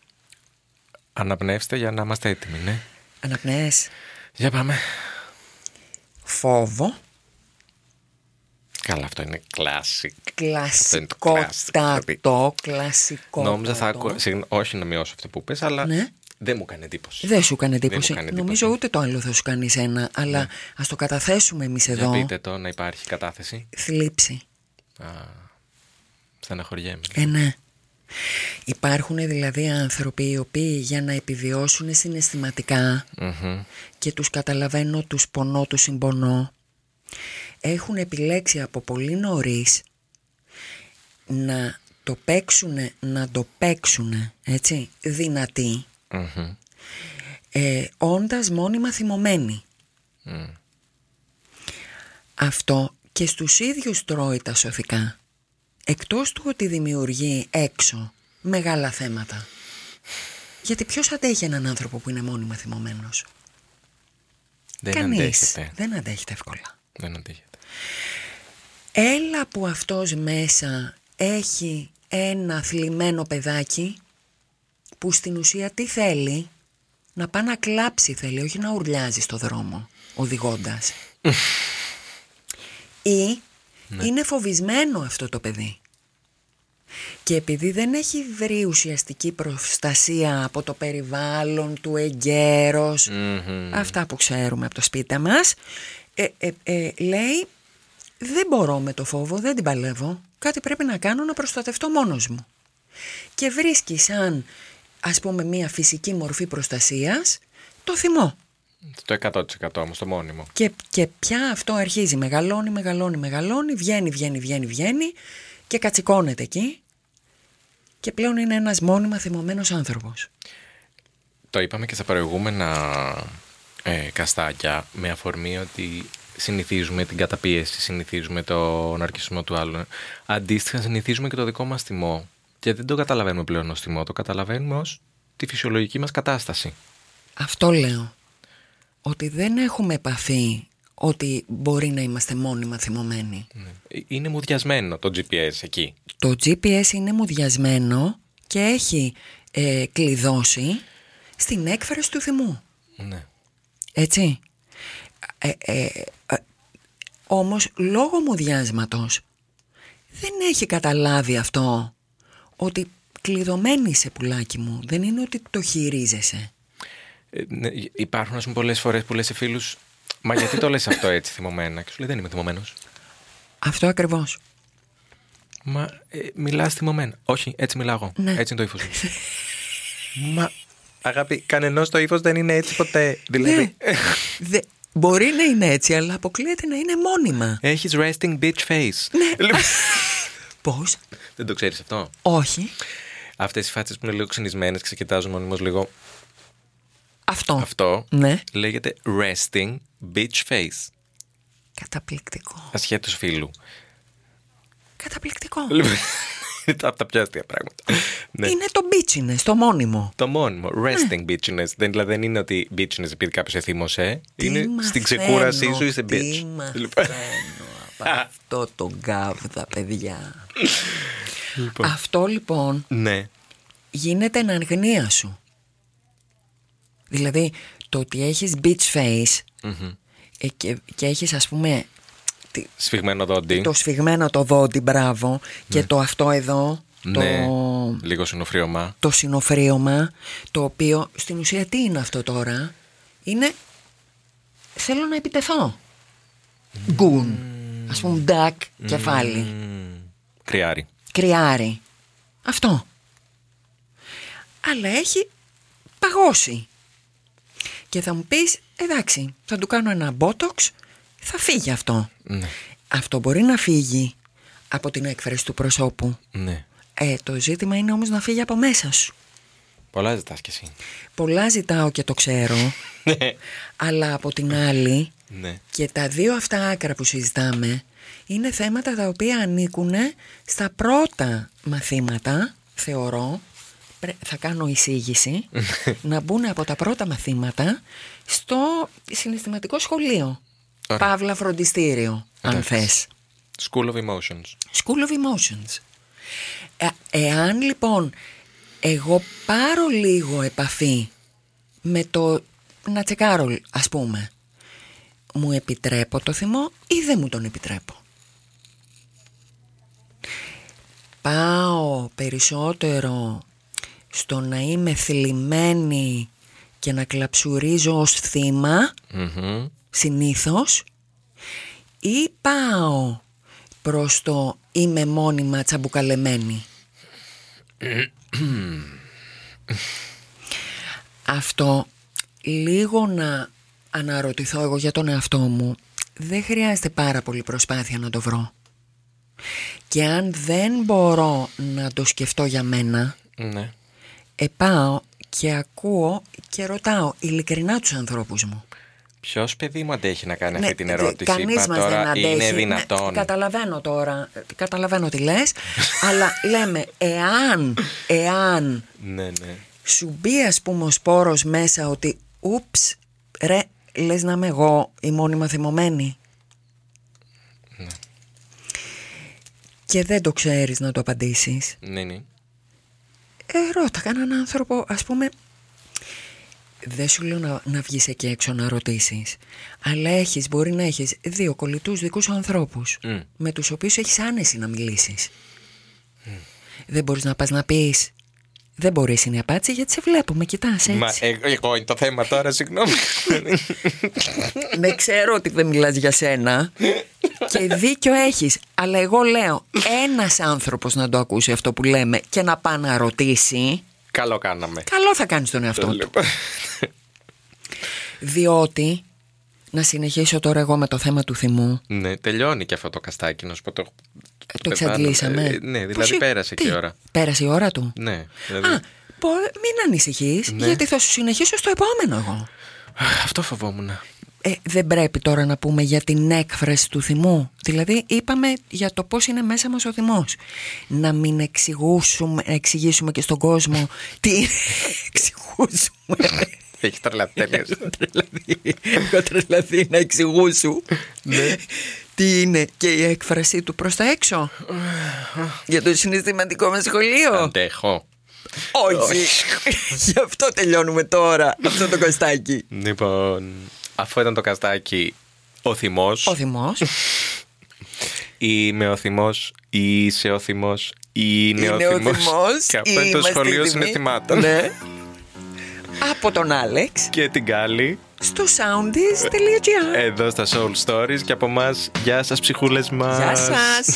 C: Αναπνεύστε για να είμαστε έτοιμοι, ναι.
D: Αναπνέες
C: Για πάμε.
D: φόβο,
C: Καλά, αυτό είναι classic.
D: κλασικότατο, κλασικό.
C: δηλαδή. Νόμιζα θα ακούω. συγγνώ- Όχι να μειώσω αυτό που είπε, αλλά
D: Ναι.
C: δεν μου κάνει εντύπωση.
D: Δεν σου κάνει
C: Δεν μου
D: εντύπωση.
C: κάνει εντύπωση. Ναι.
D: Νομίζω ούτε το άλλο θα σου κάνει ένα, αλλά ας το καταθέσουμε εμείς
C: Για
D: εδώ.
C: πείτε το να υπάρχει κατάθεση.
D: Θλίψη.
C: Α, στεναχωριέμαι.
D: Ε, ναι. Υπάρχουν δηλαδή άνθρωποι οι οποίοι για να επιβιώσουν συναισθηματικά
C: Μμμ.
D: και τους καταλαβαίνω, τους πονώ, τους συμπονώ, έχουν επιλέξει από πολύ νωρίς να το παίξουνε, να το παίξουνε, έτσι, δυνατοί,
C: Μμμ.
D: ε, όντας μόνιμα θυμωμένοι.
C: Μμ.
D: Αυτό και στους ίδιους τρώει τα σωθικά, εκτός του ότι δημιουργεί έξω μεγάλα θέματα. Γιατί ποιος αντέχει έναν άνθρωπο που είναι μόνιμα θυμωμένος.
C: Δεν
D: Κανείς.
C: αντέχεται.
D: Δεν αντέχεται εύκολα.
C: Δεν αντέχεται.
D: Έλα που αυτός μέσα έχει ένα θλιμμένο παιδάκι που στην ουσία τι θέλει, να πάει να κλάψει θέλει, όχι να ουρλιάζει στο δρόμο οδηγώντας. Ή είναι φοβισμένο αυτό το παιδί. Και επειδή δεν έχει βρει ουσιαστική προστασία από το περιβάλλον του εγκαίρος,
C: Μμμ.
D: αυτά που ξέρουμε από το σπίτι μας, ε, ε, ε, λέει δεν μπορώ με το φόβο, δεν την παλεύω, κάτι πρέπει να κάνω να προστατευτώ μόνος μου. Και βρίσκει σαν ας πούμε μια φυσική μορφή προστασίας το θυμό.
C: Το 100% όμως, το μόνιμο.
D: Και, και πια αυτό αρχίζει, μεγαλώνει, μεγαλώνει, μεγαλώνει, βγαίνει, βγαίνει, βγαίνει, βγαίνει και κατσικώνεται εκεί και πλέον είναι ένας μόνιμα θυμωμένος άνθρωπος.
C: Το είπαμε και στα προηγούμενα ε, καστάκια με αφορμή ότι συνηθίζουμε την καταπίεση, συνηθίζουμε τον αρκισμό του άλλου. Αντίστοιχα συνηθίζουμε και το δικό μας τιμό και δεν το καταλαβαίνουμε πλέον ως τιμό, το καταλαβαίνουμε ως τη φυσιολογική μας κατάσταση.
D: Αυτό λέω. Ότι δεν έχουμε επαφή ότι μπορεί να είμαστε μόνιμα θυμωμένοι.
C: Ε, Είναι μουδιασμένο το GPS εκεί.
D: Το GPS είναι μουδιασμένο και έχει ε, κλειδώσει στην έκφραση του θυμού.
C: Ναι.
D: Έτσι. Ε, ε, ε, όμως λόγω μουδιάσματος δεν έχει καταλάβει αυτό ότι κλειδωμένη σε πουλάκι μου. Δεν είναι ότι το χειρίζεσαι.
C: Ε, ναι, υπάρχουν, ας πούμε, πολλές φορές που λες σε φίλους, Μα γιατί το λες αυτό έτσι θυμωμένα. Και σου λέει Δεν είμαι θυμωμένος.
D: Αυτό ακριβώς.
C: Μα ε, μιλάς θυμωμένα. Όχι, έτσι μιλάω εγώ.
D: Ναι.
C: Έτσι είναι το ύφος μου. Μα αγάπη, κανενός το ύφος δεν είναι έτσι ποτέ. Δηλαδή.
D: Ναι. Δε- μπορεί να είναι έτσι, αλλά αποκλείεται να είναι μόνιμα.
C: Έχεις
D: Ναι.
C: resting bitch face. Λοιπόν,
D: Πώς,
C: δεν το ξέρεις αυτό.
D: όχι.
C: Αυτές οι φάτσες που είναι λίγο ξυνισμένες και σε κοιτάζουν μονίμω λίγο.
D: Αυτό.
C: Αυτό
D: Ναι.
C: λέγεται resting bitch face.
D: Καταπληκτικό.
C: Ασχέτως φίλου.
D: Καταπληκτικό.
C: Λοιπόν, είναι από τα πιο αστεία πράγματα. ναι.
D: Ναι. Είναι το μπίτσινε, το μόνιμο.
C: Το μόνιμο. Resting bitchiness. Δεν, δηλαδή δεν είναι ότι bitchiness επειδή κάποιος εθύμωσε.
D: Τι
C: είναι στην
D: μαθαίνω,
C: ξεκούρασή σου είσαι
D: Τι
C: bitch. Λοιπόν,
D: μαθαίνω από αυτό το γκάβδα, παιδιά. Αυτό λοιπόν
C: Ναι.
D: γίνεται εν αγνία σου. Δηλαδή, το ότι έχεις bitch face ε, και, και έχεις ας πούμε τη-
C: Σφιγμένο δόντι.
D: το σφιγμένο το δόντι, μπράβο, και το αυτό εδώ,
C: Ναι.
D: το,
C: Λίγο συνοφρίωμα.
D: το συνοφρίωμα, το οποίο στην ουσία τι είναι αυτό τώρα, είναι θέλω να επιτεθώ. Γκουν, ας πούμε ντακ, κεφάλι
C: Κρυάρι.
D: κρυάρι. Αυτό. Αλλά έχει παγώσει. Και θα μου πεις, εντάξει, θα του κάνω ένα μπότοξ, θα φύγει αυτό.
C: Ναι.
D: Αυτό μπορεί να φύγει από την έκφραση του προσώπου.
C: ναι.
D: Ε, το ζήτημα είναι όμως να φύγει από μέσα σου.
C: Πολλά ζητάς κι εσύ.
D: Πολλά ζητάω και το ξέρω, αλλά από την άλλη
C: ναι.
D: και τα δύο αυτά άκρα που συζητάμε είναι θέματα τα οποία ανήκουν στα πρώτα μαθήματα, θεωρώ. Πρέ- Θα κάνω εισήγηση να μπουν από τα πρώτα μαθήματα στο συναισθηματικό σχολείο.
C: Ωραία.
D: Παύλα φροντιστήριο, αν
C: Εντάξει.
D: θες.
C: School of emotions.
D: School of Emotions. Ε, εάν λοιπόν εγώ πάρω λίγο επαφή με το να τσεκάρω ας πούμε μου επιτρέπω το θυμό ή δεν μου τον επιτρέπω. Πάω περισσότερο στο να είμαι θλιμμένη και να κλαψουρίζω ως θύμα
C: Μμμ.
D: συνήθως ή πάω προς το είμαι μόνιμα τσαμπουκαλεμένη. Αυτό λίγο να αναρωτηθώ εγώ για τον εαυτό μου δεν χρειάζεται πάρα πολύ προσπάθεια να το βρω. Και αν δεν μπορώ να το σκεφτώ για μένα,
C: Ναι.
D: επάω και ακούω και ρωτάω ειλικρινά τους ανθρώπους μου.
C: Ποιος παιδί μου αντέχει να κάνει Ναι, αυτή την
D: Ναι, δε-
C: ερώτηση.
D: κανείς
C: Είπα
D: μας
C: τώρα,
D: δεν αντέχει.
C: είναι
D: Ναι,
C: δυνατόν.
D: καταλαβαίνω τώρα, ε, καταλαβαίνω τι λες, αλλά λέμε εάν, εάν
C: Ναι, ναι.
D: σου μπει ας πούμε ο σπόρος μέσα ότι ούψ, ρε, λες να είμαι εγώ η μόνιμα θυμωμένη.
C: Ναι.
D: Και δεν το ξέρεις να το απαντήσεις.
C: Ναι, ναι.
D: Ε, ρώτα κανέναν άνθρωπο, ας πούμε, δεν σου λέω να, να βγεις εκεί έξω να ρωτήσεις, αλλά έχεις, μπορεί να έχεις δύο κολλητούς δικούς σου ανθρώπους,
C: Μμ.
D: με τους οποίους έχεις άνεση να μιλήσεις. Δεν μπορείς να πας να πεις, δεν μπορείς είναι απάτηση γιατί σε βλέπω, με κοιτάς έτσι.
C: Μα εγώ, εγώ είναι το θέμα τώρα, συγγνώμη. ε,
D: Ναι, ξέρω ότι δεν μιλάς για σένα και δίκιο έχεις, αλλά εγώ λέω ένας άνθρωπος να το ακούσει αυτό που λέμε και να πάει να ρωτήσει,
C: Καλό κάναμε.
D: καλό θα κάνεις τον εαυτό του.
C: Λοιπόν.
D: Διότι, να συνεχίσω τώρα εγώ με το θέμα του θυμού.
C: Ναι, τελειώνει και αυτό το καστάκι, να σου πω το.
D: Ε, Το εξαντλήσαμε.
C: Ε, ναι, δηλαδή
D: Πώς-
C: πέρασε
D: τι,
C: και η ώρα.
D: Πέρασε η ώρα του.
C: Ναι,
D: Α,
C: δηλαδή.
D: πω, μην ανησυχείς,
C: Ναι.
D: γιατί θα σου συνεχίσω στο επόμενο εγώ.
C: Αυτό φοβόμουν.
D: Ε, δεν πρέπει τώρα να πούμε για την έκφραση του θυμού. Δηλαδή, είπαμε για το πώς είναι μέσα μας ο θυμός. Να μην εξηγούσουμε, εξηγήσουμε και στον κόσμο τι είναι. εξηγούσουμε.
C: Έχει τρελαθεί τελείω.
D: τρελαθεί. Έχω τρελαθεί Δηλαδή, να εξηγούσου
C: Ναι.
D: τι είναι και η έκφρασή του προς τα έξω. Για το συναισθηματικό μας σχολείο.
C: Αντέχω.
D: Όχι. Γι' αυτό τελειώνουμε τώρα αυτό το κοστάκι.
C: Λοιπόν, αφού ήταν το καστάκι, ο θυμός.
D: Ο θυμός,
C: Είμαι ο θυμό, είσαι ο θυμό, είναι Ναι, ο
D: Είναι ο
C: θυμό.
D: θυμός,
C: Και αυτό είναι το
D: είμαστε
C: σχολείο
D: θυμοί.
C: συναισθημάτων.
D: Ναι. από τον Άλεξ
C: Και την Κάλλη,
D: στο soundis.gr
C: εδώ στα Soul Stories. Και από εμάς, γεια σας, ψυχούλες μας.
D: Γεια σας.